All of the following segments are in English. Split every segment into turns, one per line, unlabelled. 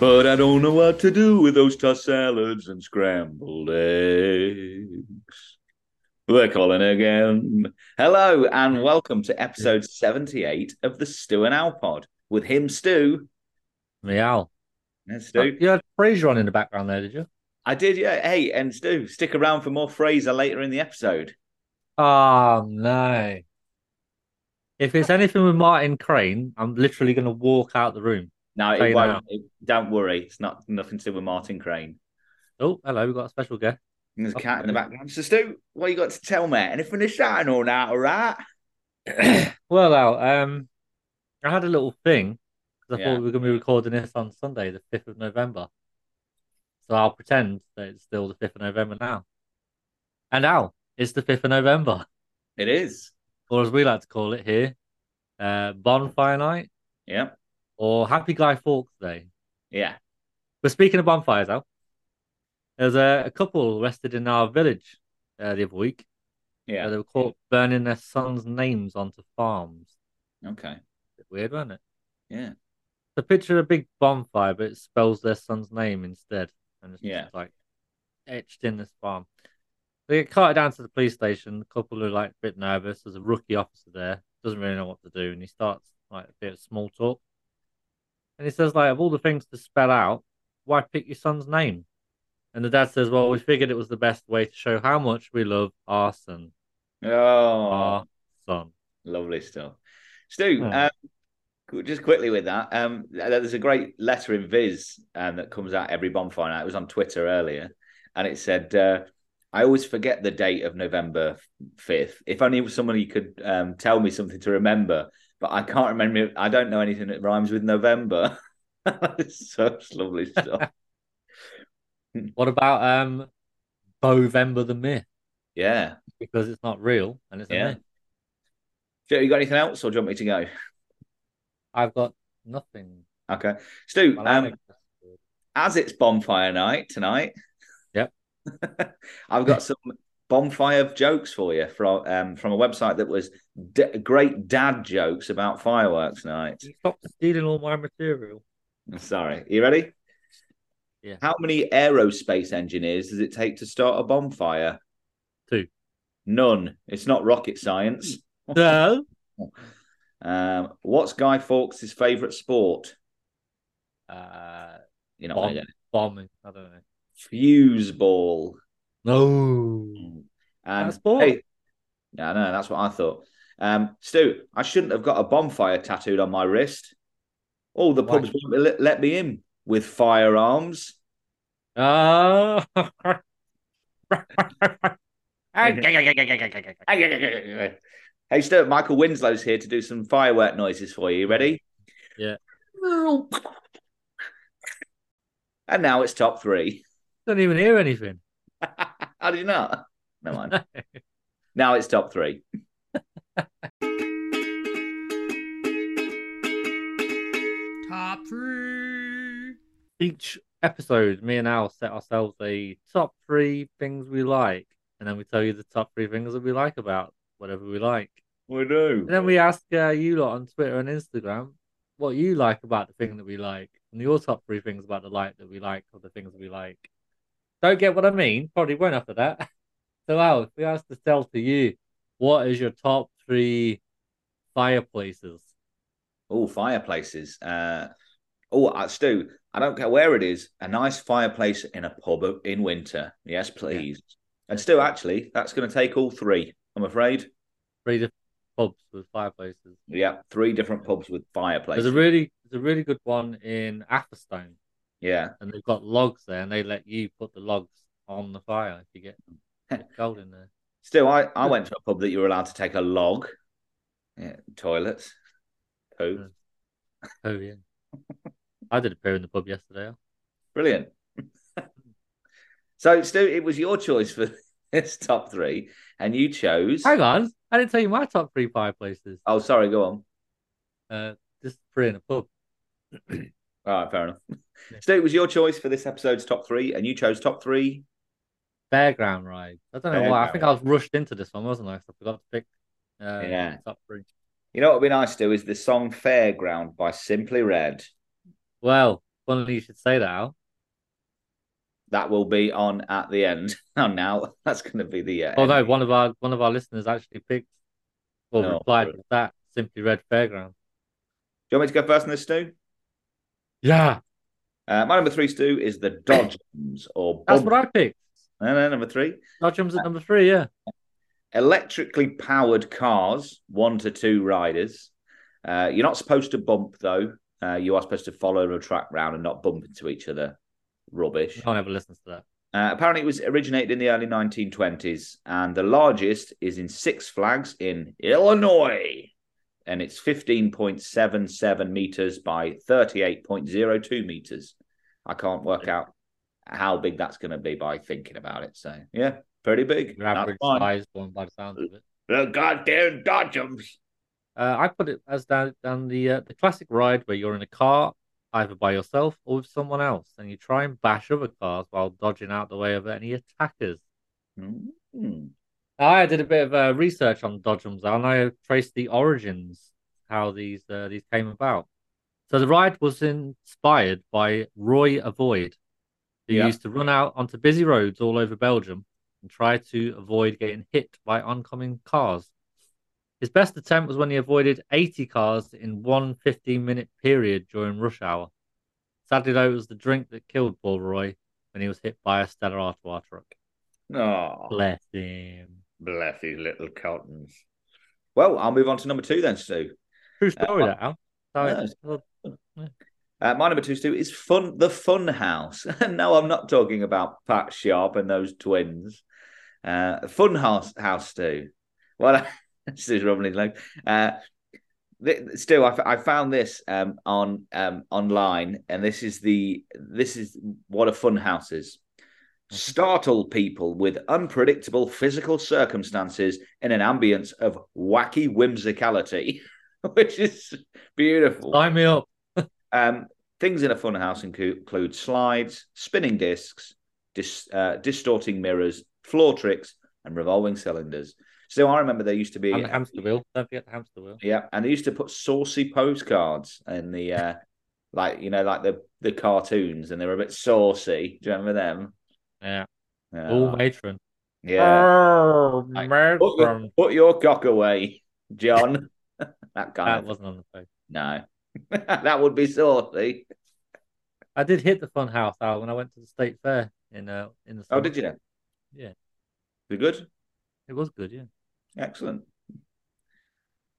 But I don't know what to do with those tossed salads and scrambled eggs. We're calling again. Hello and welcome to episode 78 of the Stu and Al pod with him, Stu.
Meow. Oh,
Yes, Stu.
You had Fraser on in the background there, did you?
I did, yeah. Hey, and Stu, stick around for more Fraser later in the episode.
Oh no. If it's anything with Martin Crane, I'm literally gonna walk out the room.
No,
Hey,
it
now.
won't. It- don't worry. It's not nothing to do with Martin Crane.
Oh, hello, we've got a special guest.
And There's a
Oh,
cat in the
okay.
background. So, Stu, what you got to tell me? Anything to shine on out, all right?
well Al, um I had a little thing 'cause I
Yeah.
thought we were gonna be recording this on Sunday, the fifth of November. So I'll pretend that it's still the fifth of November now. And Al, it's the fifth of November,
It is.
or as we like to call it here, uh bonfire night
Yeah.
or Happy Guy Fawkes Day.
Yeah.
But speaking of bonfires, Al, there's a, a couple arrested in our village uh, the other week. Uh,
Yeah.
they were caught burning their sons' names onto farms.
Okay.
Bit weird, wasn't it?
Yeah.
So picture a big bonfire, but it spells their son's name instead, and it's
Yeah.
just like etched in this farm. They get carted down to the police station. The couple are like a bit nervous. There's a rookie officer there, doesn't really know what to do, and he starts like a bit of small talk. And he says, like, of all the things to spell out, why pick your son's name? And the dad says, Well, we figured it was the best way to show how much we love our son.
Oh,
Our son.
lovely stuff. Stu,
Hmm.
um, qu- just quickly with that, um, th- there's a great letter in Viz um, that comes out every bonfire night. It was on Twitter earlier, and it said, uh, I always forget the date of November 5th. If only somebody could um, tell me something to remember, but I can't remember. I don't know anything that rhymes with November. it's such lovely stuff.
What about um Bovember the myth?
yeah.
Because it's not real and it's a
Yeah.
myth.
Joe, you got anything else, or do you want me to go?
I've got nothing.
Okay. Stu,
Well,
um,
I-
as it's bonfire night tonight.
Yep.
I've got some bonfire jokes for you from um, from a website that was d- great dad jokes about fireworks night.
you Stop stealing all my material.
I'm sorry. You ready?
Yeah.
How many aerospace engineers does it take to start a bonfire?
Two.
None. It's not rocket science.
No. Hmm.
Um, what's Guy Fawkes' favorite sport?
Uh,
You know,
bomb, bombing. I don't know.
fuse ball. Hmm.
No.
And
That's boring.
hey, no, no, that's what I thought. Um, Stu, I shouldn't have got a bonfire tattooed on my wrist. All the
Why?
pubs won't let, let me in with firearms.
Oh.
hey, Stu, Michael Winslow's here to do some firework noises for you. Ready?
Yeah.
And now it's top three.
don't even hear anything.
How did you not? Never mind. now it's top three.
Top three.
each episode, me and Al set ourselves a top three things we like, and then we tell you the top three things that we like about whatever we like.
We do.
And then we ask uh, you lot on Twitter and Instagram what you like about the thing that we like, and your top three things about the like that we like or the things we like. Don't get what I mean? Probably won't after that. So Al, if we ask to sell to you, what is your top three fireplaces?
Oh, fireplaces. Uh, oh, uh, Stu, I don't care where it is. A nice fireplace in a pub in winter. Yes, please. And Stu, actually, that's going to take all three. I'm afraid.
Three different pubs with fireplaces.
Yeah, three different pubs with
There's
fireplaces.
a really there's a really good one in Atherstone,
yeah,
and they've got logs there, and they let you put the logs on the fire if you get them. Put gold in there.
Stu, I, I went to a pub that you were allowed to take a log. Yeah, toilets, poo,
Oh yeah, I did a poo in the pub yesterday.
brilliant. so, Stu, it was your choice for this top three, and you chose.
Hang on, I didn't tell you my top three fireplaces.
Oh, sorry, go on.
Uh, just three in a pub.
All right, fair enough.
Yeah.
Stu, it was your choice for this episode's top three, and you chose top three.
Fairground ride. I don't know why. I think I was rushed into this one, wasn't I? 'Cause I forgot to pick. Uh,
Yeah.
Top three.
You know what would be nice, Stu, is the song Fairground by Simply Red.
Well, Funny you should say that, Al.
That will be on at the end. Oh, now that's going to be the. Uh,
Oh no,
end.
one of our one of our listeners actually picked or
Oh,
replied
brilliant.
to that simply red fairground.
Do you want me to go first in this, Stu?
Yeah,
Uh, my number three, Stu, is the Dodgems or
that's what I picked.
No, no, number three.
Dodgems at number three. Yeah,
electrically powered cars, one to two riders. Uh, you're not supposed to bump though. Uh, you are supposed to follow the track round and not bump into each other. Rubbish.
no one ever listens to that.
Uh, apparently, it was originated in the early 1920s, and the largest is in Six Flags in Illinois, and it's 15.77 meters by 38.02 meters. I can't work out how big that's going to be by thinking about it. So, yeah, pretty big.
Your average
That's fine.
size one by the sound of it.
The goddamn Dodgems.
Uh, I put it as down down the uh, the classic ride where you're in a car either by yourself or with someone else, and you try and bash other cars while dodging out the way of any attackers.
Mm.
Now, I did a bit of uh, research on Dodgems and I traced the origins how these uh, these came about. So the ride was inspired by Roy Avoid, who
Yeah.
used to run out onto busy roads all over Belgium and try to avoid getting hit by oncoming cars. His best attempt was when he avoided 80 cars in one 15 minute period during rush hour. Sadly, though, it was the drink that killed poor Roy when he was hit by a Stella Artois truck.
Oh,
Bless him.
bless these little cottons. Well, I'll move on to number two then, Stu.
True story,
Uh,
that Al. Sorry.
yes.
Well,
Uh, my number two, Stu, is fun. The Fun House. no, I'm not talking about Pat Sharp and those twins. Uh, fun House, house Stu. Well, Stu's rubbing his leg. Uh, th- Stu, I, f- I found this um, on um, online, and this is the this is what a fun house is. Startle people with unpredictable physical circumstances in an ambience of wacky whimsicality, which is beautiful.
Sign me up.
Um, things in a funhouse inclu- include slides, spinning discs, dis- uh, distorting mirrors, floor tricks, and revolving cylinders. So I remember there used to be
And the hamster wheel. Don't forget the hamster wheel.
yeah, and they used to put saucy postcards in the uh, like you know like the the cartoons, and they were a bit saucy. Do you remember them?
Yeah.
Yeah.
All matron.
yeah.
Uh, Arr,
Like, Put your,
matron.
put your cock away, John. that kind
That
of
wasn't on the page.
no, that would be saucy.
I did hit the fun house Al when I went to the state fair in uh in the
Oh,
summer.
did you?
Yeah.
You good?
It was good, yeah.
Excellent.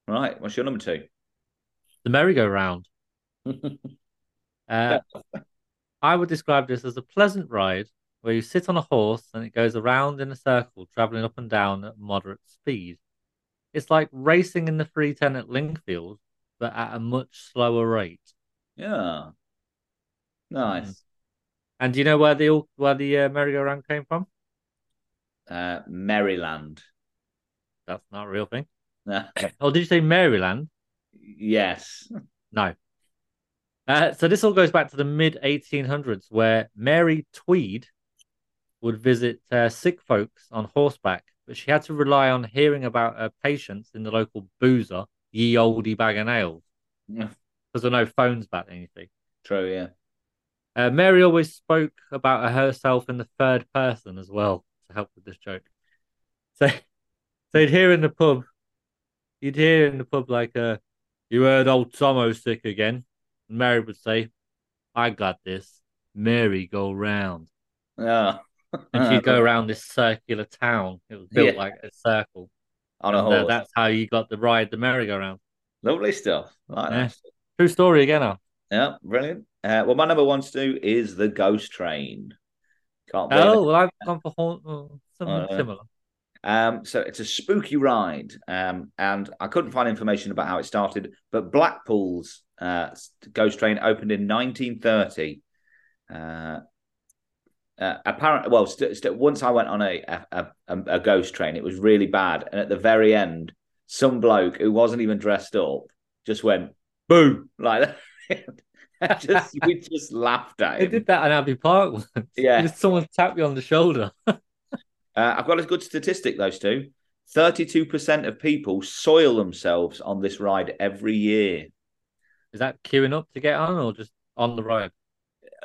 Right. What's your number two?
The merry-go-round. Uh, I would describe this as a pleasant ride where you sit on a horse and it goes around in a circle, traveling up and down at moderate speed. It's like racing in the 310 at Lingfield, but at a much slower rate.
yeah. Nice.
And do you know where the all- where the uh, merry-go-round came from? Mm-hmm.
Uh, Maryland.
That's not a real thing.
Uh,
Oh, did you say Maryland?
yes.
No. Uh, so this all goes back to the mid 1800s, where Mary Tweed would visit uh, sick folks on horseback, but she had to rely on hearing about her patients in the local boozer, ye olde bag of nails,
Yeah.
because there were no phones back then, you see.
True. Yeah.
Uh, Mary always spoke about herself in the third person as well to help with this joke. So, so you'd hear in the pub, you'd hear in the pub like, uh, "You heard old Tomo sick again," and Mary would say, "I got this." Mary go round,
Yeah.
and she'd go around this circular town. It was built
Ah, Yeah.
like a circle.
on a
And, uh,
horse.
that's how you got the ride, the merry-go-round.
Lovely stuff. Like
Yeah.
that.
True story again. Al.
Yeah. Brilliant. Uh, well, my number one, Stu, is the Ghost Train. Can't believe it.
Oh well, I've gone for haunt, oh, something
Uh,
similar.
Um, so it's a spooky ride, um, and I couldn't find information about how it started. But Blackpool's uh, Ghost Train opened in 1930. Uh, uh, apparently, well, st- st- once I went on a, a- a a a ghost train, it was really bad, and at the very end, some bloke who wasn't even dressed up just went boom like that. just we just laughed at
They
him.
did that in Abbey Park once.
Yeah.
Just someone tapped you on the shoulder.
Uh, I've got a good statistic, those two. 32% of people soil themselves on this ride every year.
Is that queuing up to get on or just on the road?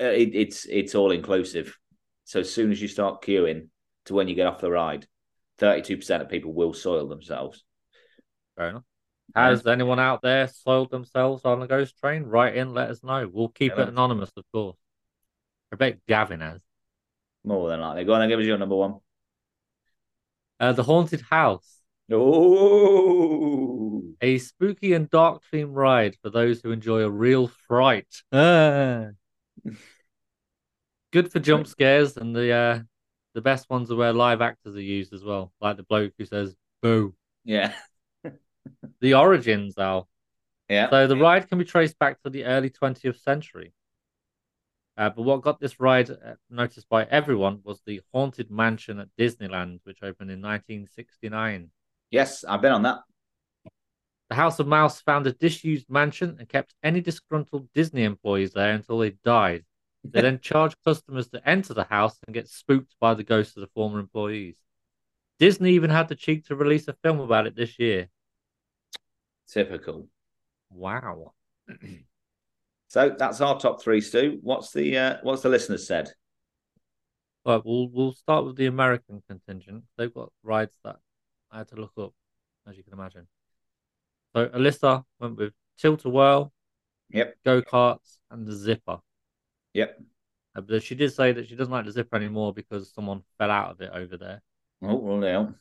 uh, it, it's it's all inclusive. So as soon as you start queuing to when you get off the ride, thirty-two percent of people will soil themselves.
Fair enough. Has anyone out there soiled themselves on the ghost train? Write in, let us know. We'll keep
Yeah.
it anonymous, of course. I bet Gavin has.
More than likely. Go on, and give us your number one.
Uh, the Haunted House,
Oh,
a spooky and dark themed ride for those who enjoy a real fright. Ah. Good for jump scares, and the uh, the best ones are where live actors are used as well, like the bloke who says "boo."
yeah,
The origins, Al.
yeah.
So the ride can be traced back to the early 20th century. Uh, but what got this ride uh, noticed by everyone was the Haunted Mansion at Disneyland, which opened in 1969.
yes, I've been on that.
The House of Mouse found a disused mansion and kept any disgruntled Disney employees there until they died. They then charged customers to enter the house and get spooked by the ghosts of the former employees. Disney even had the cheek to release a film about it this year.
Typical.
Wow.
So that's our top three, Stu. What's the uh, what's the listeners said?
Right, we'll we'll start with the American contingent. They've got rides that I had to look up, as you can imagine. So Alyssa went with Tilt a Whirl,
Yep.
go karts, and the Zipper.
Yep.
Uh, But she did say that she doesn't like the Zipper anymore because someone fell out of it over there.
Oh, well, now.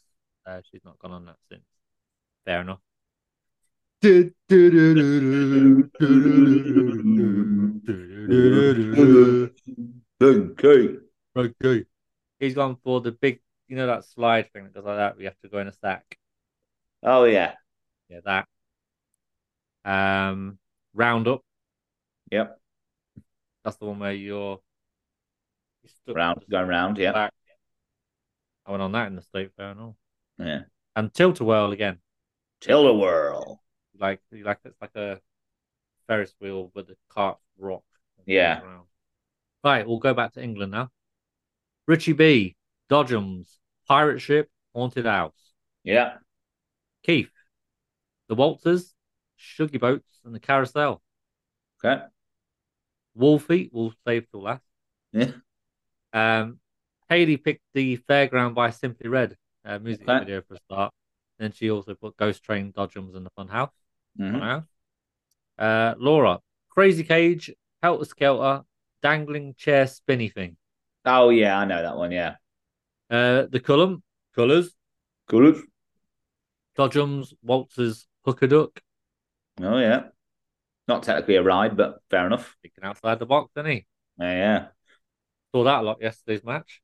Uh, she's not gone on that since. Fair enough.
Okay.
Okay. He's gone for the big, you know, that slide thing that does like that. We have to go in a stack.
Oh yeah.
Yeah, that. Um, roundup.
Yep.
That's the one where you're, you're stuck
Round
to the
going round. Yeah.
back. I went on that in the state fair and all.
Yeah.
And tilt a whirl again.
Till the whirl.
Like like it's like a Ferris wheel with the cart rock. and goes
Yeah.
around. Right, we'll go back to England now. Richie B, Dodgems, Pirate Ship, Haunted House.
Yeah.
Keith, The Walters, Shuggy Boats, and the Carousel.
Okay.
Wolfie, we'll save till last.
Yeah.
Um, Haley picked the fairground by Simply Red uh, music
Okay.
video for a start. Then she also put Ghost Train, Dodgems, and the Fun House.
Mhm.
Funhouse. Uh, Laura, Crazy Cage, Helter Skelter, Dangling Chair Spinny Thing.
Oh yeah, I know that one. Yeah.
Uh, the Cullum, Colours,
Good.
Dodgems, Waltzers, Hooker Duck.
Oh yeah. Not technically a ride, but fair enough.
Thinking outside the box, didn't he?
Yeah.
Saw that a lot yesterday's match.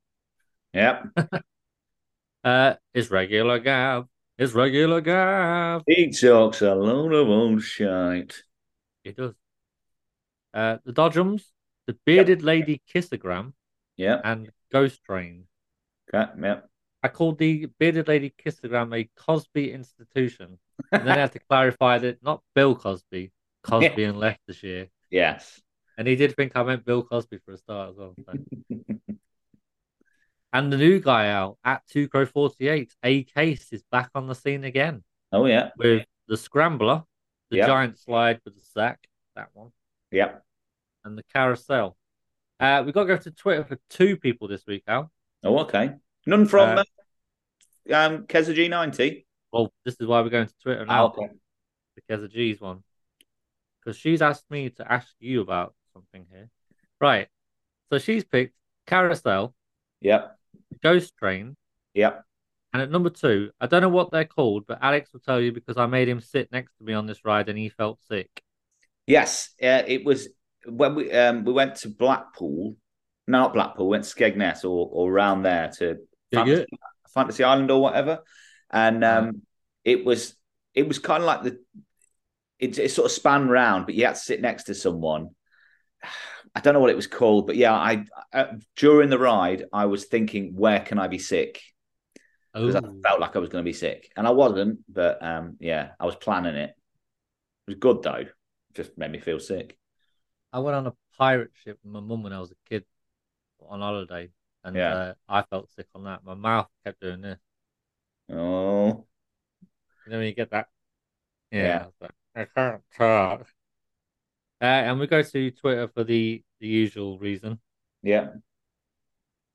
Yeah. yeah.
Uh, it's regular Gav. It's regular Gav.
he talks a load of old shite.
It does. Uh, the Dodgems, the Bearded Lady Kissogram,
Yeah.
and Ghost Train.
Okay. Yeah.
I called the Bearded Lady Kissogram a Cosby institution. And then I had to clarify that not Bill Cosby, Cosby in Leicestershire.
Yes.
And he did think I meant Bill Cosby for a start as well. so. and the new guy out at 2 Crow 48, A Case is back on the scene again
Oh yeah.
with the Scrambler, the
Yeah.
giant slide with the sack, that one,
Yeah.
and the carousel. Uh, we got to go to Twitter for two people this week, Al.
Oh okay. None from
Uh,
uh, um Keza G ninety.
Well, this is why we're going to Twitter now. because of G's one. Because she's asked me to ask you about something here. Right. So she's picked Carousel,
Yep.
Ghost Train,
Yep.
and at number two, I don't know what they're called, but Alex will tell you because I made him sit next to me on this ride and he felt sick.
Yes. Uh, it was when we um we went to Blackpool. No, not Blackpool. We went to Skegness or or around there to Fantasy, Fantasy Island or whatever. And um, it was it was kind of like the it, it sort of span round, but you had to sit next to someone. I don't know what it was called, but yeah, I uh, during the ride I was thinking, where can I be sick?
Oh,
Because I felt like I was going to be sick, and I wasn't. But um, yeah, I was planning it. It was good though. Just made me feel sick.
I went on a pirate ship with my mum when I was a kid on holiday, and
Yeah.
uh, I felt sick on that. My mouth kept doing this.
Oh,
You know when you get that?
Yeah.
I can't talk. Uh, and we go to Twitter for the the usual reason.
Yeah.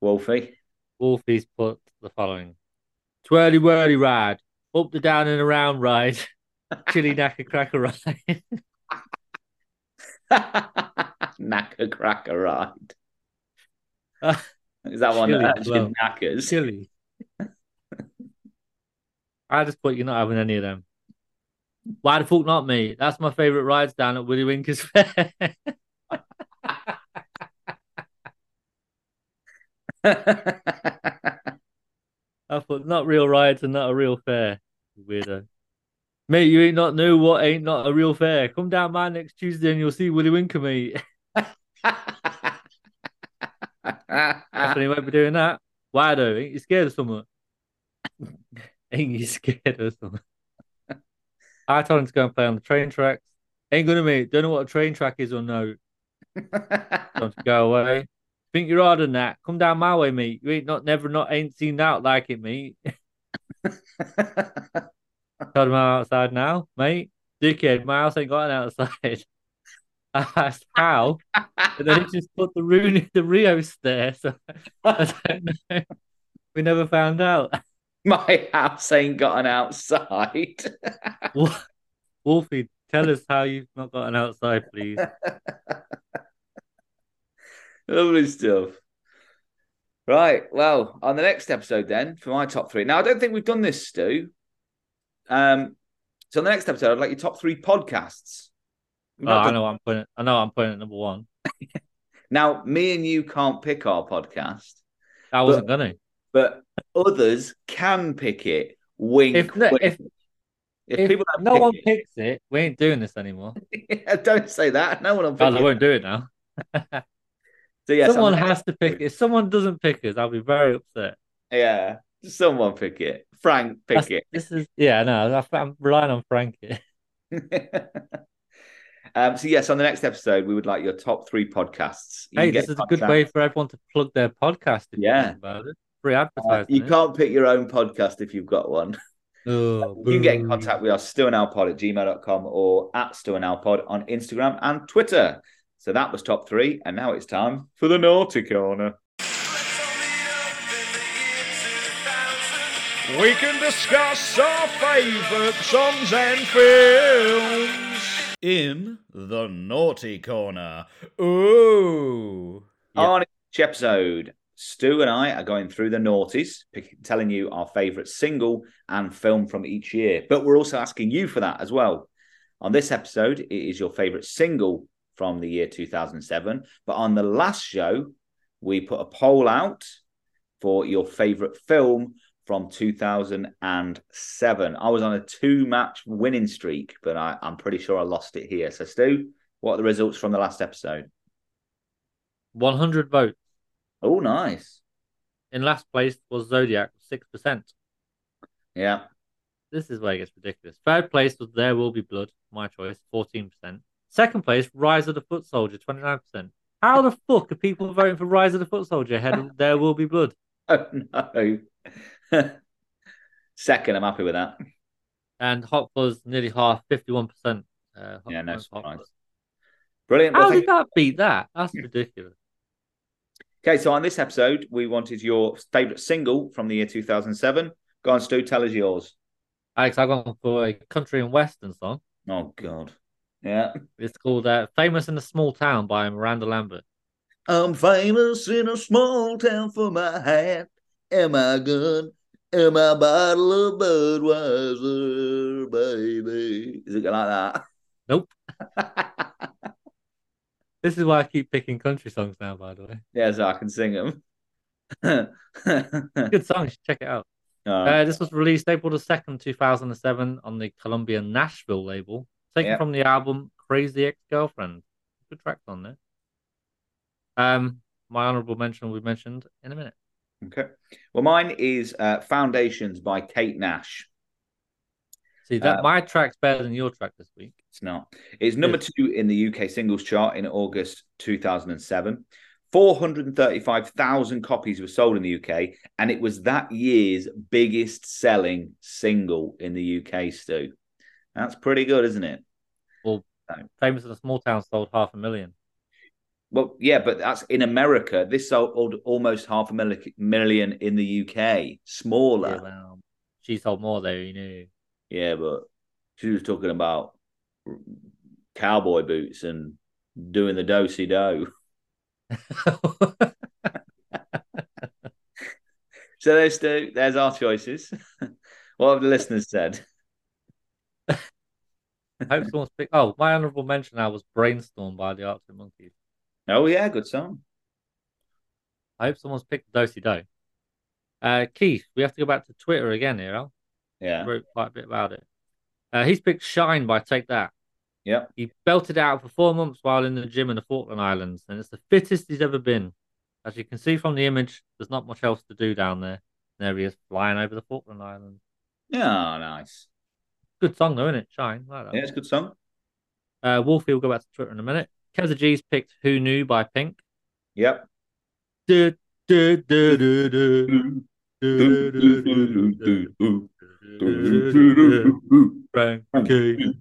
Wolfie.
Wolfie's put the following Twirly whirly ride, up the down and around ride, chili knacker cracker ride.
Knacker cracker ride.
Uh,
Is that one
chili
that
as
actually
well.
knackers?
chili. I just put you're not having any of them. Why the fuck not me? That's my favourite rides down at Willy Winker's Fair. I thought not real rides and not a real fair, you weirdo. Mate, you ain't not know what ain't not a real fair. Come down my next Tuesday and you'll see Willy Winker, mate.
Ah.
Definitely won't be doing that. Why though? Ain't you scared of someone? ain't you scared of someone? I told him to go and play on the train tracks. Ain't gonna mate. Don't know what a train track is or no. Told him to go away. Think you're harder than that. Come down my way, mate. You ain't not never not ain't seen out like it, mate. Told him I'm outside now, mate. Dickhead, my house ain't got an outside. I asked how, and then he just put the Rooney, the Rios there. So I don't know. We never found out.
My house ain't got an outside.
Wol- Wolfie, tell us how you've not got an outside, please. Oh,
Lovely stuff. Right. Well, on the next episode, then, for my top three. Now, I don't think we've done this, Stu. Um, so on the next episode, I'd like your top three podcasts. We've
Oh,
not
I
done-
know I'm putting. I know I'm putting at number one.
Now, me and you can't pick our podcast,
I wasn't gonna.
but others can pick it. Wink.
If no,
wink.
if,
If
if
people don't
no
pick
one
it-
picks it, we ain't doing this anymore.
don't say that. No one will pick
God, I
it.
won't do it now.
So yes,
someone
I'm-
has to pick. If someone doesn't pick us, I'll be very upset.
Yeah, someone pick it. Frank, pick
That's-
it.
This is yeah, no, I- I'm relying on Frank. here.
um, so yes, on the next episode, we would like your top three podcasts. You
Hey,
can get
this is
in
a good
contact-
way for everyone to plug their podcast. If
Yeah.
you think about it, free
Uh,
advertising.
you
it.
can't pick your own podcast if you've got one.
Oh,
You can get in
boo.
contact with us, stewandalpod at gmail.com or at stewandalpod on Instagram and Twitter. So that was top three. And now it's time for the naughty corner.
We can discuss our favourite songs and films in the naughty corner. Ooh.
Yeah.
On each episode, Stu and I are going through the noughties, pick, telling you our favourite single and film from each year. But we're also asking you for that as well. On this episode, it is your favourite single from the year 2007. But on the last show, we put a poll out for your favourite film from 2007. I was on a two match winning streak, but I, I'm pretty sure I lost it here. So, Stu, what are the results from the last episode?
100 votes.
Oh, nice.
In last place was Zodiac, six percent.
Yeah.
This is where it gets ridiculous. Third place was There Will Be Blood, my choice, fourteen percent. Second place, Rise of the Foot Soldier, twenty nine percent. How the fuck are people voting for Rise of the Foot Soldier ahead of There Will Be Blood?
Oh no. Second, I'm happy with that.
And Hot Fuzz nearly half, fifty one percent. uh,
Yeah, no surprise. Brilliant. Well,
How
thank
did that beat that? That's ridiculous.
you. Okay, so on this episode, we wanted your favourite single from the year 2007. Go on, Stu, tell us yours.
Alex, I've gone for a country and western song.
Oh God. Yeah.
It's called uh, "Famous in a Small Town" by Miranda Lambert.
I'm famous in a small town for my hat and my gun and my bottle of Budweiser, baby. Is it like
Nope.
that?
This is why I keep picking country songs now. By the way,
yeah, so I can sing them.
good songs. Check it out. Uh, this was released April the second, two thousand and seven, on the Columbia Nashville label, taken
Yeah.
from the album "Crazy Ex-Girlfriend." Good tracks on there. Um, my honorable mention will be mentioned in a minute.
Okay. Well, mine is uh, Foundations by Kate Nash.
See that
Uh,
my track's better than your track this week.
It's not. It's number two in the UK singles chart in August 2007. 435,000 copies were sold in the UK, and it was that year's biggest selling single in the UK, Stu. That's pretty good, isn't it?
"Famous in a Small Town" sold half a million.
Well, yeah, but that's in America. This sold almost half a milli- million in the UK. Smaller.
Yeah, well, she sold more though. You knew.
Yeah, but she was talking about cowboy boots and doing the do si do. So there's two. There's our choices. what have the listeners said?
I hope someone's picked. Oh, my honourable mention now was Brainstorm by the Arctic Monkeys.
Oh yeah, good song.
I hope someone's picked Dosey Do. Uh, Keith, we have to go back to Twitter again here. Al. I
Yeah,
wrote quite a bit about it. Uh, he's picked Shine by Take That.
Yep.
He belted it out for four months while in the gym in the Falkland Islands, and it's the fittest he's ever been. As you can see from the image, there's not much else to do down there. There he is flying over the Falkland Islands.
yeah, nice.
Good song though, isn't it? Shine. Like that.
Yeah, it's a good song.
Uh, Wolfie will go back to Twitter in a minute. Keza G's picked Who Knew by Pink.
Yep.
Du- du- du- du- du- du- du- du- du- du- du- du- Frank Key.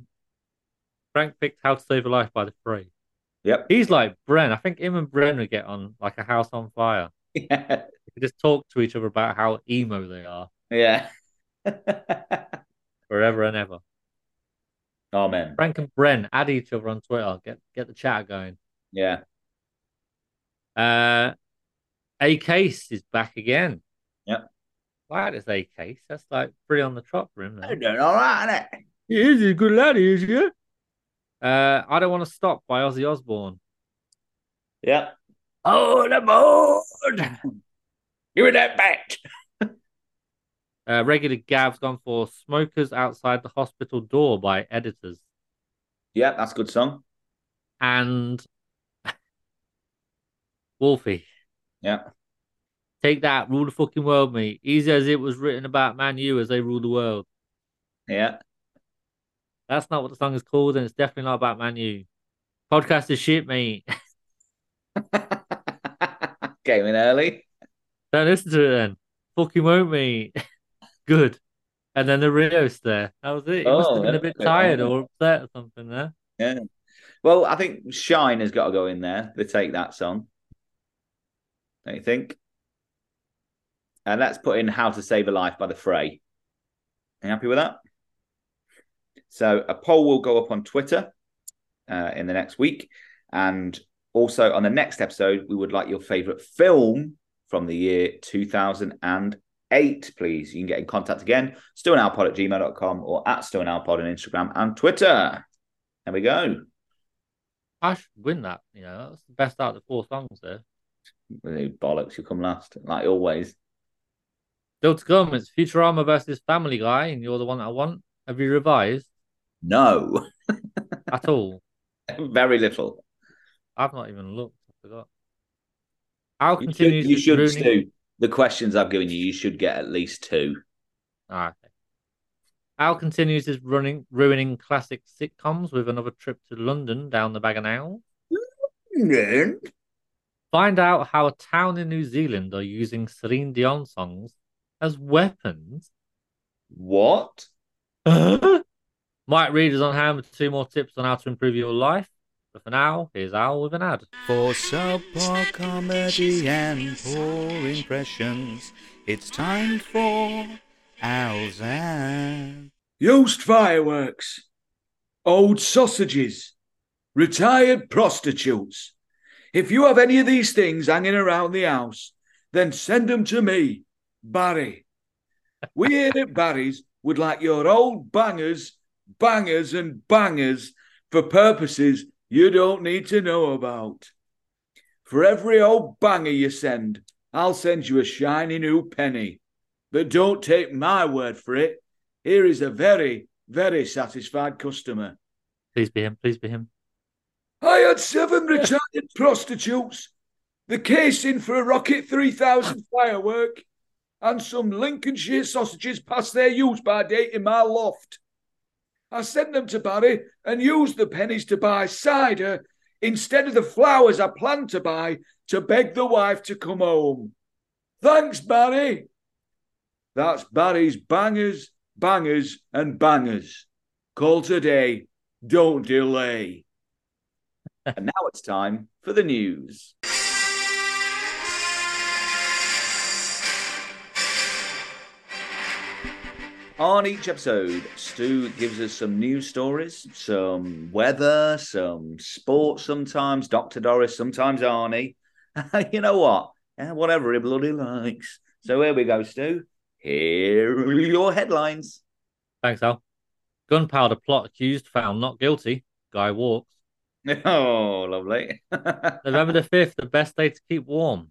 Frank picked How to Save a Life by the Free.
Yep.
He's like Bren. I think him and Bren would get on like a house on fire.
Yeah.
They just talk to each other about how emo they are
yeah.
forever and ever.
Amen.
Frank and Bren add each other on Twitter. Get get the chat going.
Yeah.
Uh, A Case is back again.
Yep.
Wow, this A Case. That's like three on the trot for him. Now.
doing all right, innit?
He is a good lad, he is, yeah. Uh, I don't want to stop by Ozzy Osbourne.
Yep. Oh, the board. Give me that back.
Uh, regular Gav's gone for Smokers Outside the Hospital Door by Editors.
Yep, that's a good song.
And Wolfie.
Yeah.
Take that, rule the fucking world, me. Easy as it was written about Man U as they rule the world.
Yeah.
That's not what the song is called, and it's definitely not about Man U. Podcast is shit, mate.
Came in early.
Don't listen to it then. Fucking won't me. Good. And then the Rios there. That was it. He must
Oh,
have been a
that's
bit
good.
tired or upset or something there.
Yeah. Well, I think Shine has got to go in there. They take that song. Don't you think? And let's put in How to Save a Life by The Fray. Are you happy with that? So a poll will go up on Twitter uh, in the next week. And also on the next episode, we would like your favorite film from the year 2008, please. You can get in contact again, stoneowlpod at gmail.com or at stoneowlpod on Instagram and Twitter. There we go.
I should win that. You know, that's the best out of the four songs there.
You Bollocks, you come last, like always.
Still to come, it's Futurama versus Family Guy, and you're the one that I want. Have you revised
No,
at all?
very little.
I've not even looked. I forgot. I'll
You
continue.
should, you should
Rooney.
Stu. The questions I've given you, you should get at least two.
Ah, okay. Al continues his running ruining classic sitcoms with another trip to London down the Baganal. Find out how a town in New Zealand are using Celine Dion songs as weapons.
What?
Mike Reed is on hand with two more tips on how to improve your life. But for now, here's Al with an ad.
For subpar comedy and poor impressions, it's time for Al's Ad.
Used fireworks, old sausages, retired prostitutes. If you have any of these things hanging around the house, then send them to me, Barry. We here at Barry's would like your old bangers, bangers, and bangers for purposes you don't need to know about. For every old banger you send, I'll send you a shiny new penny. But don't take my word for it. Here is a very, very satisfied customer.
Please be him. Please be him.
I had seven retired prostitutes, the casing for a Rocket 3000 firework, and some Lincolnshire sausages past their use by date in my loft. I sent them to Barry and used the pennies to buy cider instead of the flowers I planned to buy to beg the wife to come home. Thanks, Barry. That's Barry's bangers, bangers, and bangers. Call today. Don't delay.
and now it's time for the news. On each episode, Stu gives us some news stories, some weather, some sports sometimes, Dr. Doris, sometimes Arnie. you know what? Eh, whatever he bloody likes. So here we go, Stu. Here are your headlines.
Thanks, Al. Gunpowder plot accused found not guilty. Guy walks.
Oh, lovely.
November the 5th, the best day to keep warm.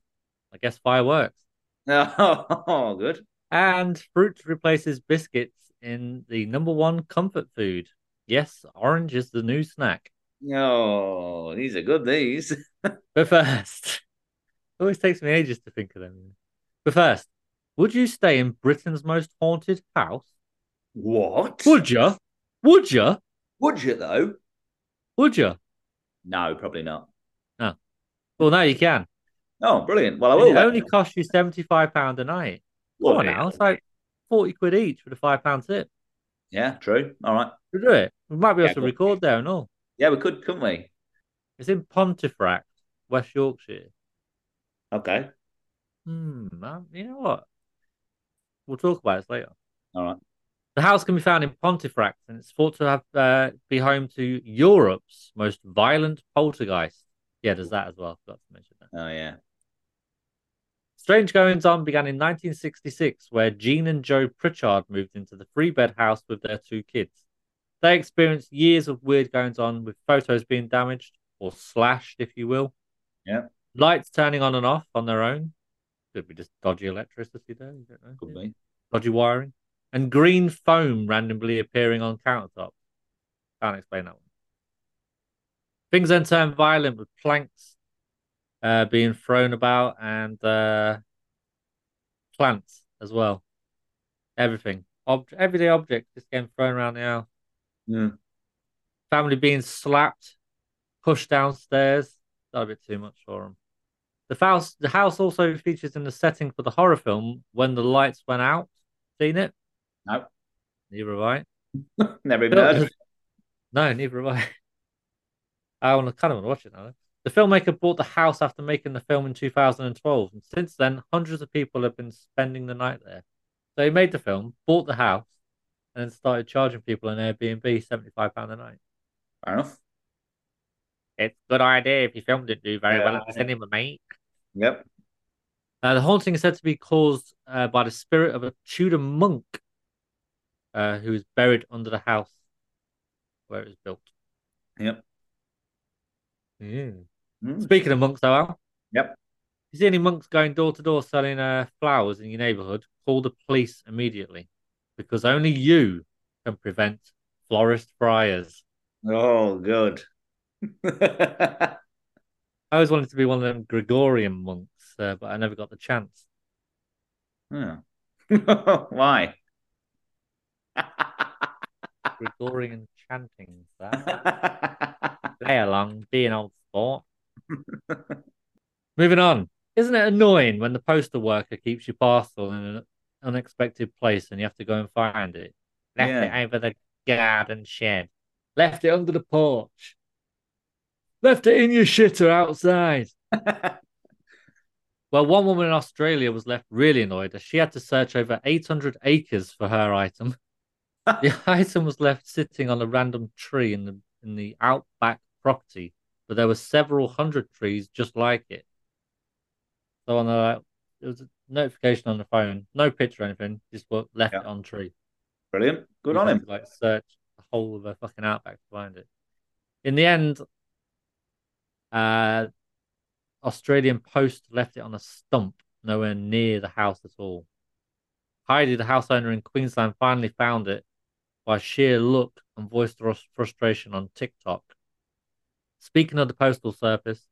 I guess fireworks.
oh, good.
And fruit replaces biscuits in the number one comfort food. Yes, orange is the new snack.
Oh, these are good, these.
But first, always takes me ages to think of them. But first, would you stay in Britain's most haunted house?
What?
Would you? Would you?
Would you, though?
Would you?
No, probably not.
Well, now you can.
Oh, brilliant. Well, I
And
will.
it
then.
only costs you seventy-five pound a night. Come on
Lovely.
now, it's like forty quid each with a five-pound tip.
Yeah, true. All right.
We do it. We might be able
Yeah,
to
go on.
record there and all.
Yeah, we could, couldn't we?
It's in Pontefract, West Yorkshire.
Okay.
Hmm. man, You know what? We'll talk about this later.
All right.
The house can be found in Pontefract, and it's thought to have uh, be home to Europe's most violent poltergeist. Yeah, there's that as well. Forgot to mention that.
Oh, yeah.
Strange goings on began in 1966, where Jean and Joe Pritchard moved into the three bed house with their two kids. They experienced years of weird goings on, with photos being damaged or slashed, if you will.
Yeah.
Lights turning on and off on their own. Could be just dodgy electricity there. You don't know.
Could
Yeah.
be.
Dodgy wiring. And green foam randomly appearing on countertops. Can't explain that one. Things then turned violent with planks uh, being thrown about and uh, plants as well. Everything. Ob- everyday objects just getting thrown around the house.
Yeah.
Family being slapped, pushed downstairs. That a bit too much for them. The house, the house also features in the setting for the horror film When the Lights Went Out. Seen it?
No.
Neither have I.
Never even heard of
Film-
it.
No, neither have I. Oh, I want to kind of want to watch it now. though. The filmmaker bought the house after making the film in 2012, and since then, hundreds of people have been spending the night there. So he made the film, bought the house, and then started charging people on Airbnb seventy-five pound a night.
Fair enough.
It's a good idea if you film didn't do very well at the
Yeah.
cinema, mate.
Yep.
Uh, the haunting is said to be caused uh, by the spirit of a Tudor monk uh, who is buried under the house where it was built.
Yep.
Yeah.
Mm.
Speaking of monks, though, Al.
Yep.
You see any monks going door to door selling uh, flowers in your neighborhood? Call the police immediately because only you can prevent florist friars.
Oh, good. yeah,
I always wanted to be one of them Gregorian monks, uh, but I never got the chance.
Hmm. Why?
Gregorian chanting, that. play along, be an old sport. Moving on. Isn't it annoying when the postal worker keeps your parcel in an unexpected place and you have to go and find it? Left
Yeah.
it over the garden shed. Left it under the porch. Left it in your shitter outside. Well, one woman in Australia was left really annoyed as she had to search over 800 acres for her item. the item was left sitting on a random tree in the in the outback property, but there were several hundred trees just like it. So on the it was a notification on the phone, no picture or anything, just what left it
Yeah.
on tree.
Brilliant. Good
You
on
had
him.
to, Like search the whole of the fucking outback to find it. In the end, uh, Australian Post left it on a stump nowhere near the house at all. Heidi, the house owner in Queensland, finally found it by sheer luck and voiced her frustration on TikTok. Speaking of the postal service,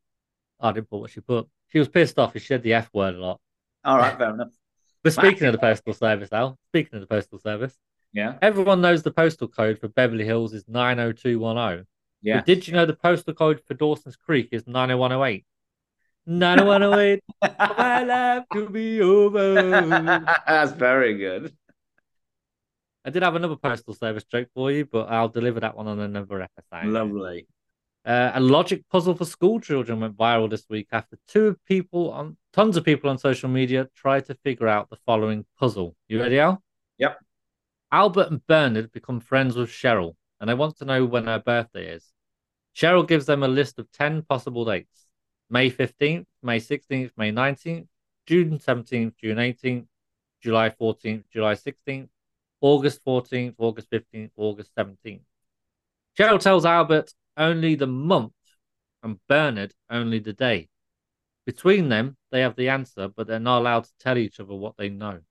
I didn't put what she put. She was pissed off. She said the F word a lot.
All right, fair enough.
But speaking of the postal service, Al, speaking of the postal service,
Yeah.
Everyone knows the postal code for Beverly Hills is 90210.
Yeah.
But did you know the postal code for Dawson's Creek is 90108? 90108, my life to be over.
That's very good.
I did have another postal service joke for you, but I'll deliver that one on another episode.
Lovely.
Uh, a logic puzzle for school children went viral this week after two people on tons of people on social media tried to figure out the following puzzle. You ready, Al?
Yep.
Albert and Bernard become friends with Cheryl, and they want to know when her birthday is. Cheryl gives them a list of ten possible dates: May fifteenth, May sixteenth, May nineteenth, June seventeenth, June eighteenth, July fourteenth, July sixteenth, August fourteenth, August fifteenth, August seventeenth. Cheryl tells Albert only the month and Bernard only the day. Between them, they have the answer, but they're not allowed to tell each other what they know.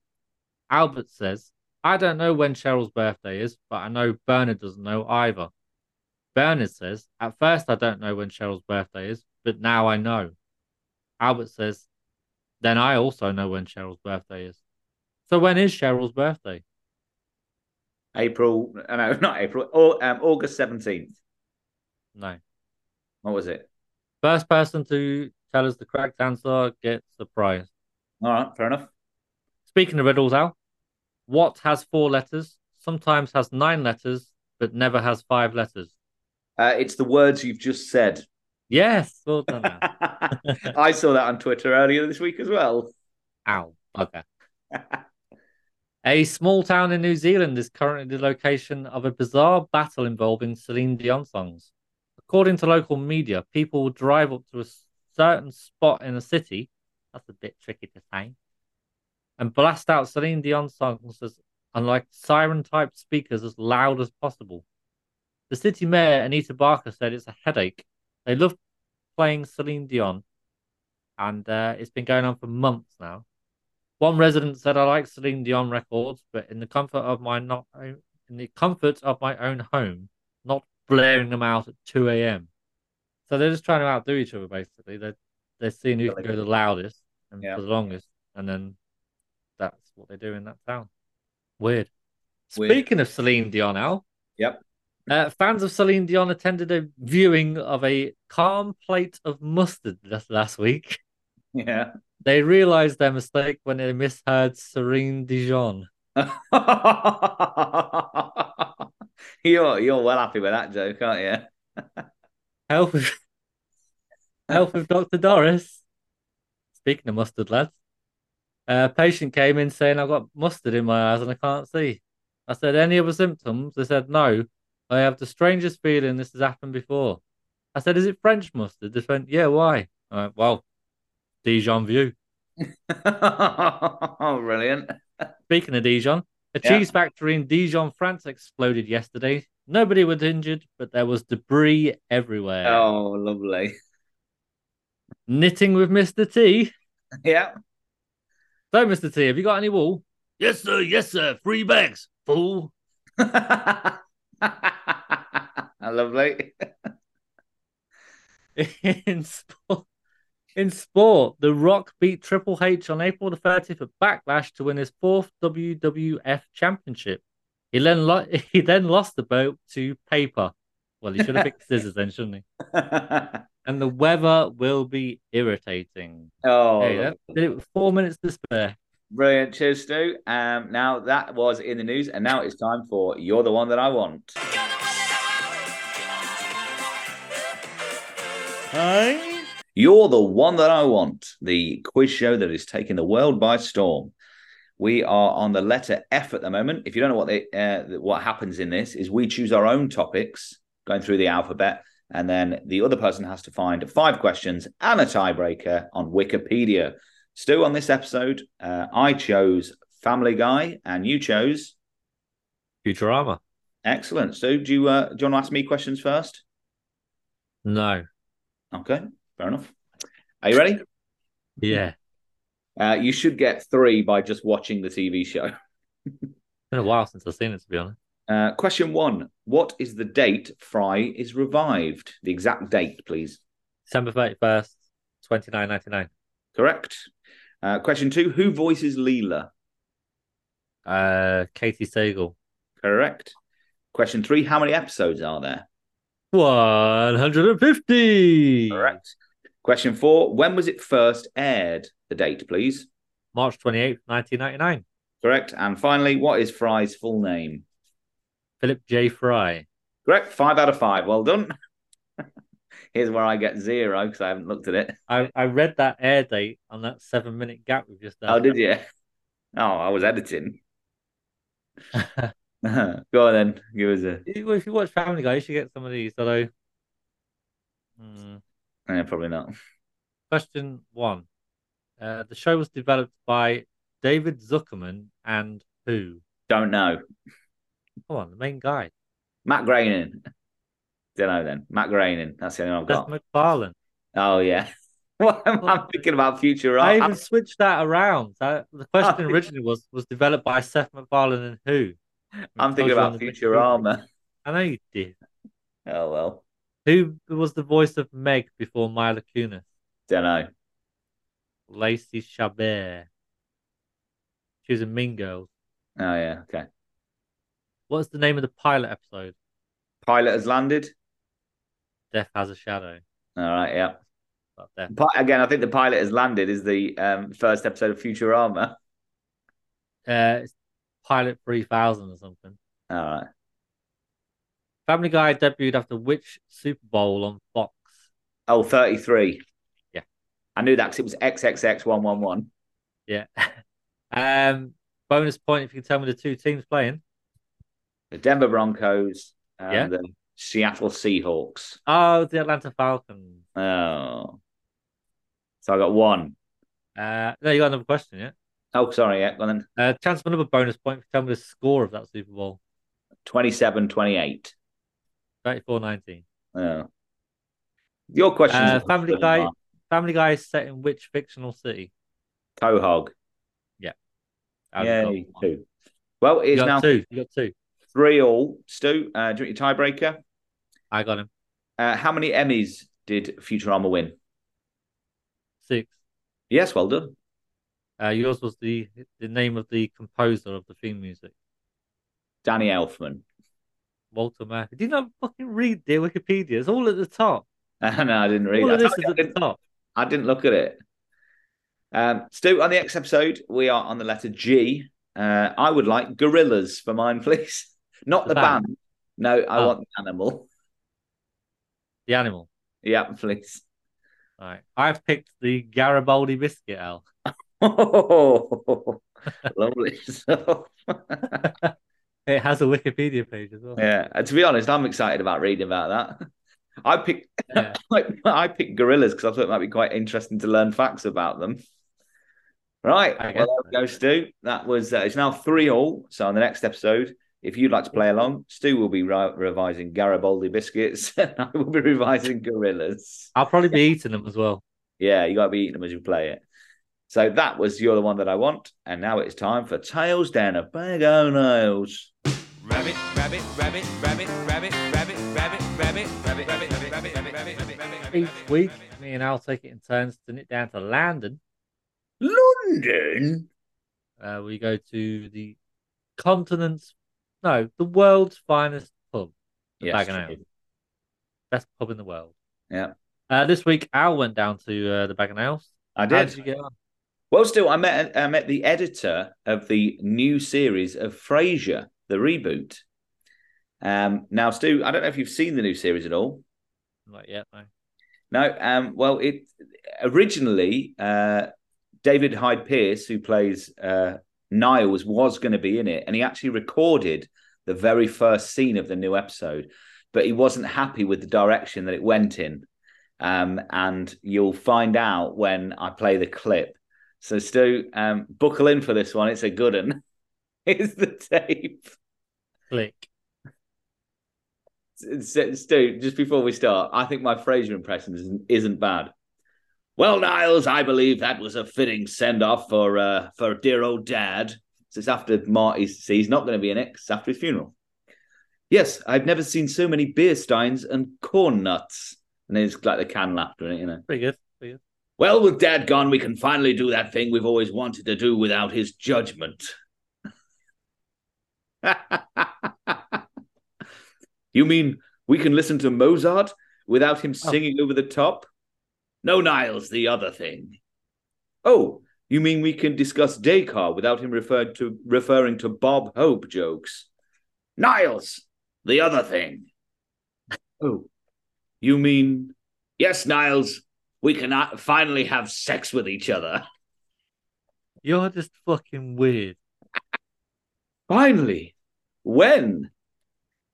Albert says, I don't know when Cheryl's birthday is, but I know Bernard doesn't know either. Bernard says, At first, I don't know when Cheryl's birthday is, but now I know. Albert says, Then I also know when Cheryl's birthday is. So when is Cheryl's birthday?
April, uh, no, not April. Au- um, August seventeenth.
No.
What was it?
First person to tell us the correct answer gets the prize.
All right, fair enough.
Speaking of riddles, Al, what has four letters, sometimes has nine letters, but never has five letters?
Uh, it's the words you've just said.
Yes, well done, Al.
I saw that on Twitter earlier this week as well.
Ow, bugger. a small town in New Zealand is currently the location of a bizarre battle involving Celine Dion songs. According to local media, people will drive up to a certain spot in a city. That's a bit tricky to say. And blast out Celine Dion songs as unlike siren type speakers as loud as possible. The city mayor, Anita Barker, said it's a headache. They love playing Celine Dion, and uh, it's been going on for months now. One resident said, "I like Celine Dion records, but in the comfort of my not in the comfort of my own home, not blaring them out at two a.m." So they're just trying to outdo each other. Basically, they're they're seeing who can go the loudest and
Yeah.
for the longest, and then that's what they do in that town. Weird.
Weird.
Speaking of Celine Dion, Al.
Yep.
Uh, fans of Celine Dion attended a viewing of a calm plate of mustard last- last week.
Yeah.
They realized their mistake when they misheard Serene Dijon.
you're you're well happy with that joke, aren't you?
Help with help with Dr. Doris. Speaking of mustard, lads, a patient came in saying, I've got mustard in my eyes and I can't see. I said, Any other symptoms? They said, No. I have the strangest feeling this has happened before. I said, Is it French mustard? They went, Yeah, why? I went, well, Dijon view.
Brilliant.
Speaking of Dijon, a
Yeah.
cheese factory in Dijon, France exploded yesterday. Nobody was injured, but there was debris everywhere.
Oh, lovely.
Knitting with Mr. T.
Yeah.
So, Mr. T, have you got any wool? Yes, sir. Yes, sir. Three bags. Fool.
lovely.
in sport, in sport, The Rock beat Triple H on April the 30th at Backlash to win his fourth WWF Championship. He then lo- he then lost the belt to Paper. Well, he should have picked scissors then, shouldn't he? And the weather will be irritating.
oh,
There you go. Did it with four minutes to spare.
Brilliant. Cheers, Stu. Um, now that was in the news, and now it's time for You're the One That I Want.
Hi.
You're the One That I Want, the quiz show that is taking the world by storm. We are on the letter F at the moment. If you don't know what the, uh, what happens in this is, we choose our own topics going through the alphabet, and then the other person has to find five questions and a tiebreaker on Wikipedia. Stu, on this episode, uh, I chose Family Guy, and you chose
Futurama.
Excellent. Stu, do you uh, do you want to ask me questions first?
No.
Okay, fair enough. Are you ready?
Yeah.
Uh, you should get three by just watching the TV show.
It's been a while since I've seen it, to be honest.
Uh, question one What is the date Fry is revived? The exact date, please.
December 31st, 29.99.
Correct. Uh, question two Who voices Leela?
Uh, Katie Sagal.
Correct. Question three How many episodes are there?
150.
Correct. Question four When was it first aired? The date, please.
March 28th, 1999.
Correct. And finally, what is Fry's full name?
Philip J. Fry.
Correct. Five out of five. Well done. Here's where I get zero because I haven't looked at it.
I, I read that air date on that seven minute gap we've just done.
Oh, did you? Oh, I was editing. Go on then. Give us a.
If you- If you watch Family Guy, you should get some of these. Although, Hmm.
eh, probably not.
question one: uh, the show was developed by David Zuckerman and who?
Don't know.
Come on, the main guy,
Matt Groening. Don't know then. Matt Groening. That's the only one I've
Seth
got.
MacFarlane.
Oh yeah. Well, I'm, I'm thinking about future. Right?
I even switched that around. That, the question originally was was developed by Seth MacFarlane and who?
I'm
Told
thinking
you
about
on the-
Futurama.
I know you did.
Oh well,
Who was the voice of Meg before Mila Kunis?
don't know.
Lacey Chabert. She was in Mean Girls.
Oh yeah, okay.
What's the name of the pilot episode?
Pilot has landed.
Death has a shadow.
All right, yeah.
About death.
Pi- Again, I think the pilot has landed is the um, first episode of Futurama.
Uh, it's pilot three thousand or something.
All right,
Family Guy debuted after which Super Bowl on Fox?
oh, 33.
Yeah.
I knew that because it was XXX111.
Yeah. um, bonus point if you can tell me the two teams playing.
The Denver Broncos and
Yeah.
the Seattle Seahawks.
Oh, the Atlanta Falcons.
Oh, so I got one.
Uh, no, you got another question, yeah.
Oh, sorry, yeah, well then
Uh, chance for another bonus point. if you Tell me the score of that Super Bowl.
27 28.
34-19.
Oh, your question,
Uh, Family Guy- Family Guy is set in which fictional city?
Cohog,
Out of
Yay,
the-
two. Well,
You
it's
got
now
two. You got two.
three all. Stu, uh, do you want your tiebreaker?
I got him.
Uh, how many Emmys did Futurama win?
Six.
Yes, well done.
Uh, yours was the the name of the composer of the theme music,
Danny Elfman.
Walter Murphy. Did you not fucking read the Wikipedia? It's all at the top.
Uh, no, I didn't read
All of
that.
this
I
is at the
didn't,
top.
I didn't look at it. Um, Stu, on the next episode, we are on the letter G. Uh, I would like gorillas for mine, please. Not
The
the
band.
band. No, I
Oh.
want the animal.
The animal.
Yeah, please.
All right. I picked the Garibaldi biscuit. Al.
Oh, lovely stuff.
It has a Wikipedia page as well.
yeah, and to be honest, I'm excited about reading about that. I picked
Yeah.
like I picked gorillas because I thought it might be quite interesting to learn facts about them. Right,
I guess
well there we go,
so.
Stu. That was uh, it's now three all. So on the next episode, if you'd like to play along, Stu will be ri- revising Garibaldi biscuits, and I will be revising gorillas.
I'll probably be eating them as well.
Yeah, you got to be eating them as you play it. So that was you're the one that I want, and now it's time for tails down a bag of nails.
Rabbit, rabbit, rabbit, rabbit, rabbit, rabbit, rabbit, rabbit, rabbit, rabbit, rabbit, rabbit, rabbit, rabbit.
Each week, me and Al take it in turns to knit down to London.
London.
Uh, we go to the continent's, no, the world's finest pub, the
Yes,
Bag and
true.
Owls. Best pub in the world.
Yeah.
Uh, this week, Al went down to uh, the Bag and Owls.
I
How
did.
did you get on?
Well, still, I met I met the editor of the new series of Frasier, the reboot. Um, now, Stu, I don't know if you've seen the new series at all.
Not yet, no.
No. Um, well, it originally uh, David Hyde Pierce, who plays uh, Niles, was going to be in it, and he actually recorded the very first scene of the new episode, but he wasn't happy with the direction that it went in. Um, and you'll find out when I play the clip. So, Stu, um, buckle in for this one. It's a good one. It's the tape.
Click.
S- Stu, just before we start, I think my Fraser impression isn't, isn't bad. Well, Niles, I believe that was a fitting send off for uh, for dear old dad. So it's after Marty's. See, he's not going to be in it. 'cause It's after his funeral. Yes, I've never seen so many beer steins and corn nuts. And it's like the can laughter in it, you know.
Pretty good. Pretty good.
Well, with dad gone, we can finally do that thing we've always wanted to do without his judgment. you mean we can listen to Mozart without him singing over the top? No, Niles, the other thing. Oh, you mean we can discuss Descartes without him referred to referring to Bob Hope jokes? Niles, the other thing. Oh, you mean Yes, Niles, we can uh, finally have sex with each other.
You're just fucking weird.
Finally. When?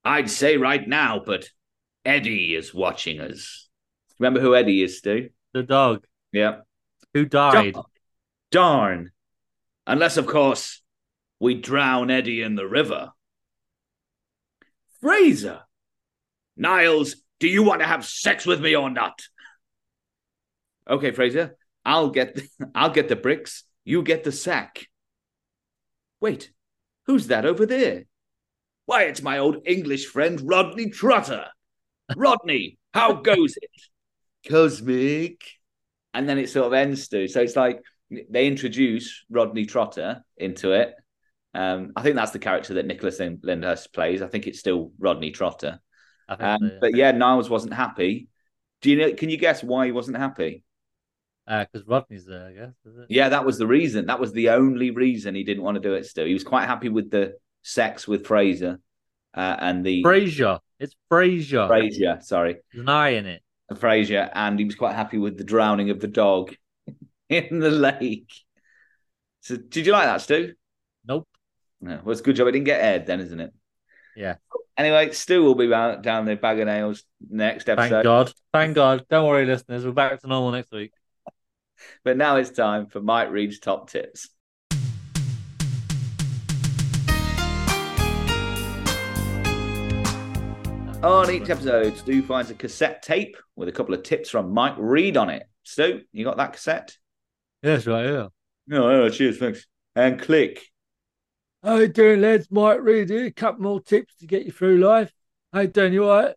I'd say right now, but Eddie is watching us. Remember who Eddie is, Stu?
The dog
Yeah.
who died.
Darn. Unless, of course, we drown Eddie in the river. Fraser! Niles, do you want to have sex with me or not? Okay, Fraser, I'll get I'll get the bricks, you get the sack. Wait, who's that over there? Why, it's my old English friend Rodney Trotter. Rodney, how goes it? Cosmic. And then it sort of ends, Stu. So it's like they introduce Rodney Trotter into it. Um, I think that's the character that Nicholas Lind- Lyndhurst plays. I think it's still Rodney Trotter.
I think uh,
Um,
so,
but yeah, Niles wasn't happy. Do you know? Can you guess why he wasn't happy?
yeah, because uh, Rodney's there, I guess. Is it?
Yeah, that was the reason. That was the only reason he didn't want to do it. Still, he was quite happy with the sex with Fraser uh, and the
Frasier. It's Frasier.
Fraser. Sorry,
There's an eye in it.
Fraser, and he was quite happy with the drowning of the dog in the lake. So, did you like that, Stu?
Nope.
No, well, it's a good job it didn't get aired then, isn't it?
Yeah.
Anyway, Stu will be round- down the bag of nails next
Thank
episode.
God. Thank God. Don't worry, listeners. We're back to normal next week.
But now it's time for Mike Reed's top tips. On each episode, Stu finds a cassette tape with a couple of tips from Mike Reed on it. Stu, you got that cassette?
Yes, right here.
No, no, cheers, thanks. And click.
How you doing, lads? Mike Reed here. A couple more tips to get you through life. How you doing? You all right?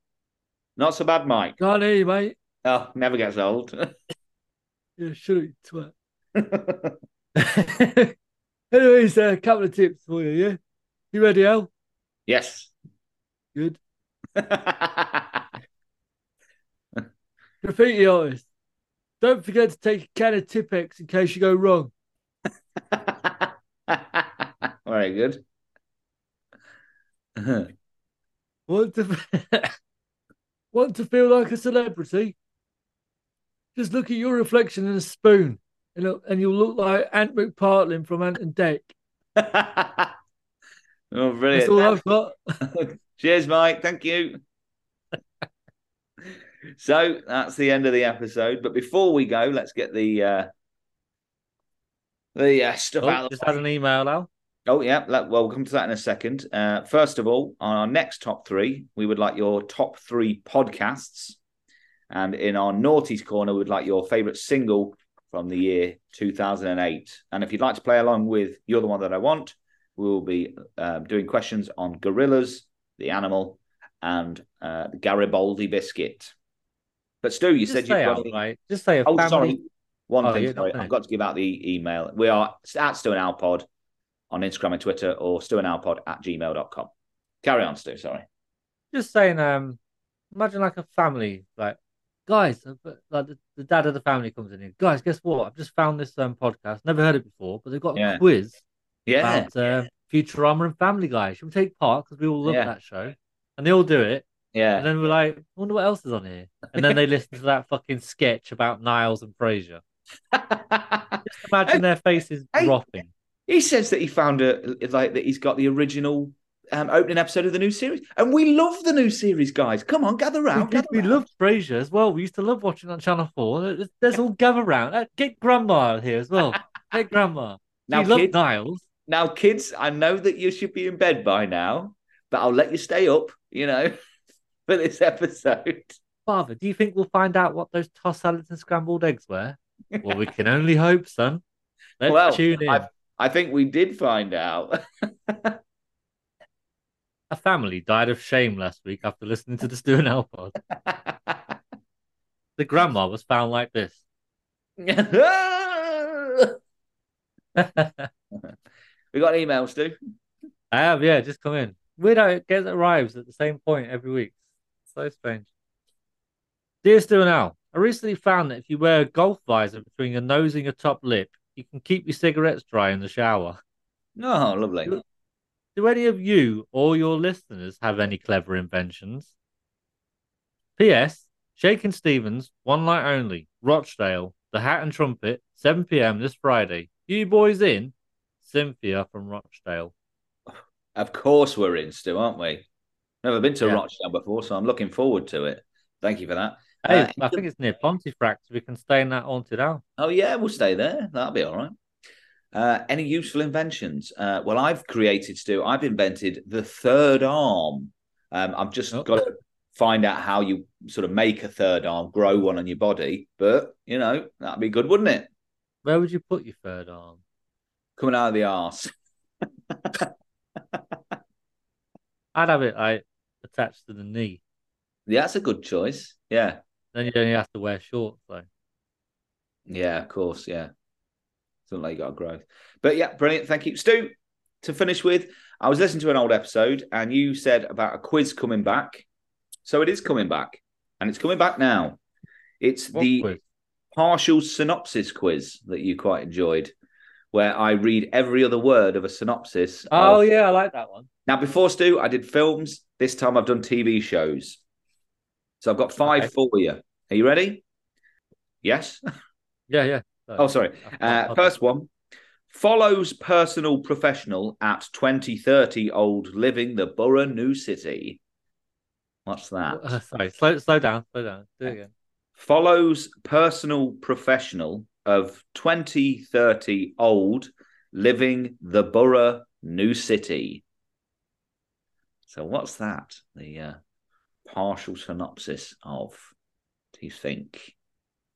Not so bad, Mike.
Can't hear you, mate.
Oh, never gets old.
Yeah, shut up, you twat. Anyways, uh, a couple of tips for you, yeah? You ready, Al?
yes.
Good.
oh,
Graffiti artist. Don't forget to take a can of Tipex in case you go wrong.
very good. Oh,
Want to want to feel like a celebrity? Just look at your reflection in a spoon, and it'll- and you'll look like Ant McPartlin from Ant and Deck.
oh,
That's all
brilliant.
I've got.
Cheers, Mike. Thank you. so that's the end of the episode. But before we go, let's get the uh, the uh,
Oh,
stuff out. Of the way.
an email now.
Oh, yeah. Let, well, we'll come to that in a second. Uh, first of all, on our next top three, we would like your top three podcasts. And in our Naughties Corner, we'd like your favorite single from the year 2008. And if you'd like to play along with You're the One That I Want, we'll be um, doing questions on gorillas, the animal, and uh, the Garibaldi biscuit. But Stu, you said
Just
you've
say
got.
out, mate. Just say a
Oh,
family.
sorry. One
Oh, yeah,
thing, sorry.
okay.
I've got to give out the email. We are at Stu and Al Pod on Instagram and Twitter or Stu and Al Pod at gmail.com. Carry on, Stu. Sorry.
Just saying. Um, imagine like a family, like guys, uh, but, like the, the dad of the family comes in. Here. Guys, guess what? I've just found this um podcast. Never heard it before, but they've got a
Yeah.
quiz
Yeah.
about uh, Futurama and Family Guy. Should we take part because we all love
Yeah.
that show? And they all do it. And
Yeah.
then we're like, I wonder what else is on here. And then they listen to that fucking sketch about Niles and Frasier. Just imagine their faces
hey.
dropping.
he says that he found a like that he's got the original um, opening episode of the new series. And we love the new series, guys. Come on, gather
We,
round.
did,
gather
we
round.
loved Frasier as well. We used to love watching on Channel 4. There's, there's all gather round. Uh, Get Grandma out here as well. Get Grandma.
now,
we love
kids,
Niles.
now, kids, I know that you should be in bed by now, but I'll let you stay up, you know, for this episode.
Father, do you think we'll find out what those tossed salads and scrambled eggs were? Well, we can only hope, son. Let's
Well,
tune in.
I've- I think we did find out.
A family died of shame last week after listening to the Stu and Al pod. The grandma was found like this.
we got an email, Stu.
I have, yeah, just come in. Widow gets arrives at the same point every week. So strange. Dear Stu and Al, I recently found that if you wear a golf visor between your nose and your top lip, you can keep your cigarettes dry in the shower.
Oh, lovely.
Do any of you or your listeners have any clever inventions? P.S. Shakin' Stevens, One Night Only, Rochdale, The Hat and Trumpet, 7 p.m. this Friday. You boys in? Cynthia from Rochdale.
Of course, we're in, Stu, aren't we? Never been to
Yeah.
Rochdale before, so I'm looking forward to it. Thank you for that.
Hey,
Uh,
I think it's near Pontefract. We can stay in that haunted house.
Oh yeah, we'll stay there. That'll be all right. Uh, any useful inventions? Uh, well, I've created, Stu. I've invented the third arm. Um, I've just
Oh.
got to find out how you sort of make a third arm, grow one on your body. But you know that'd be good, wouldn't it?
Where would you put your third arm?
Coming out of the arse.
I'd have it like attached to the knee.
Yeah, that's a good choice. Yeah,
Then you only have to wear shorts though.
yeah, of course, yeah. Something like you got a growth. But yeah, brilliant. Thank you, Stu. To finish with, I was listening to an old episode, and you said about a quiz coming back. So it is coming back, and it's coming back now. It's
What
the
quiz?
partial synopsis quiz that you quite enjoyed, where I read every other word of a synopsis.
Oh
of-
yeah, I like that one.
Now, before Stu, I did films. This time I've done TV shows. So I've got five
Okay.
for you. Are you ready? Yes.
Yeah, yeah.
Oh, sorry.
I- I-
Uh, first one follows personal professional at 2030 old living the borough new city. What's that?
Uh, sorry, slow, slow down, slow down. Do
Uh,
it again.
follows personal professional of 2030 old living the borough new city so what's that the uh, partial synopsis of do you think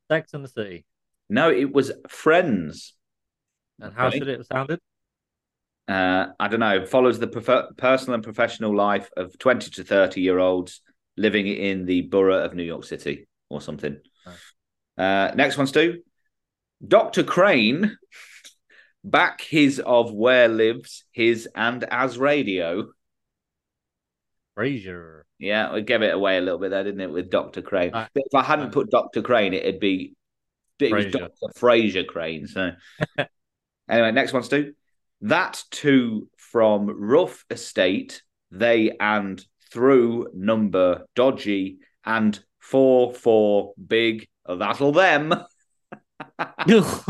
Sex and the City.
no it was friends
And how
Okay.
should it have sounded?
uh, i don't know follows the prof- personal and professional life of 20 to 30 year olds living in the borough of new york city or something uh, next one stu dr crane back his of where lives his and as radio
Frasier.
yeah we gave it away a little bit there didn't it with dr crane
Uh,
But if i hadn't
uh,
put dr crane it'd be it was
Frasier.
dr fraser crane so anyway next one stu that two from rough estate they and through number dodgy and four four big oh, that'll them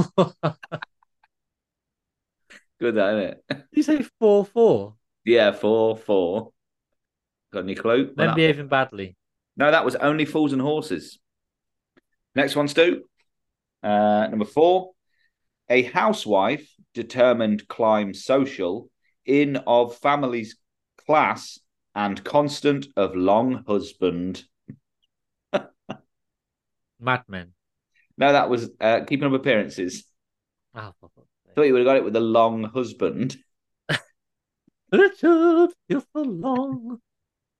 good that isn't it
you say four four.
Yeah, four, four. Got any clue?
Then
Well,
behaving badly.
No, that was only fools and horses. Next one, Stu. Uh, number four. A housewife determined climb social, in of family's class, and constant of long husband.
Mad Men.
No, that was uh, keeping up appearances.
Oh, for fuck's sake.
Thought you would have got it with the long husband.
Richard, you're so long.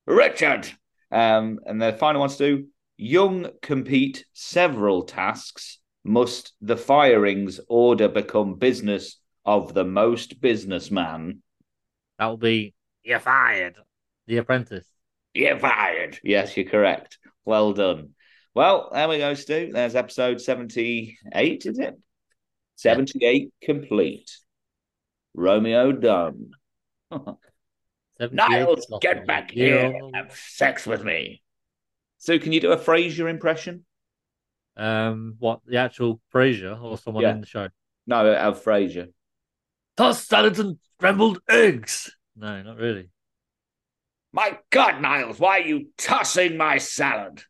Richard. Um, and the final one's do Young compete several tasks. Must the firings order become business of the most businessman?
That will be you're fired. The Apprentice.
You're fired. Yes, you're correct. Well done. Well, there we go, Stu. There's episode 78, is it? 78 complete. Romeo done. Niles, get back here and have sex with me. Stu, can you do a Frasier impression?
Um, what the actual Frasier or someone
Yeah.
in the show?
No, Al Frazier.
Toss salads and scrambled eggs. No, not really.
My God, Niles, why are you tossing my salad?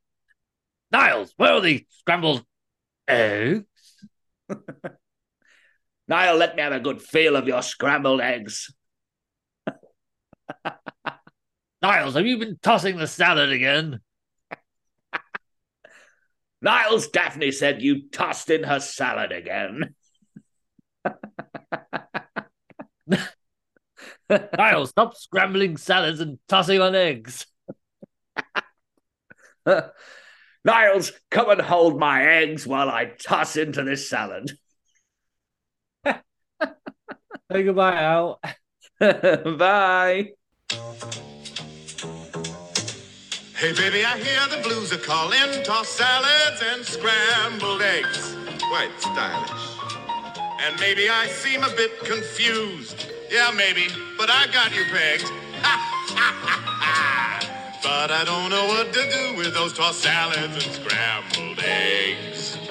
Niles, where are the scrambled eggs?
Niall, let me have a good feel of your scrambled eggs.
Niles, have you been tossing the salad again?
Niles, Daphne said you tossed in her salad again.
Niles, stop scrambling salads and tossing on eggs.
Niles, come and hold my eggs while I toss into this salad.
Say goodbye, Al.
Bye.
Hey, baby, I hear the blues are calling. Toss salads and scrambled eggs. Quite stylish. And maybe I seem a bit confused. Yeah, maybe, but I got you pegged. but But I don't know what to do with those tossed salads and scrambled eggs.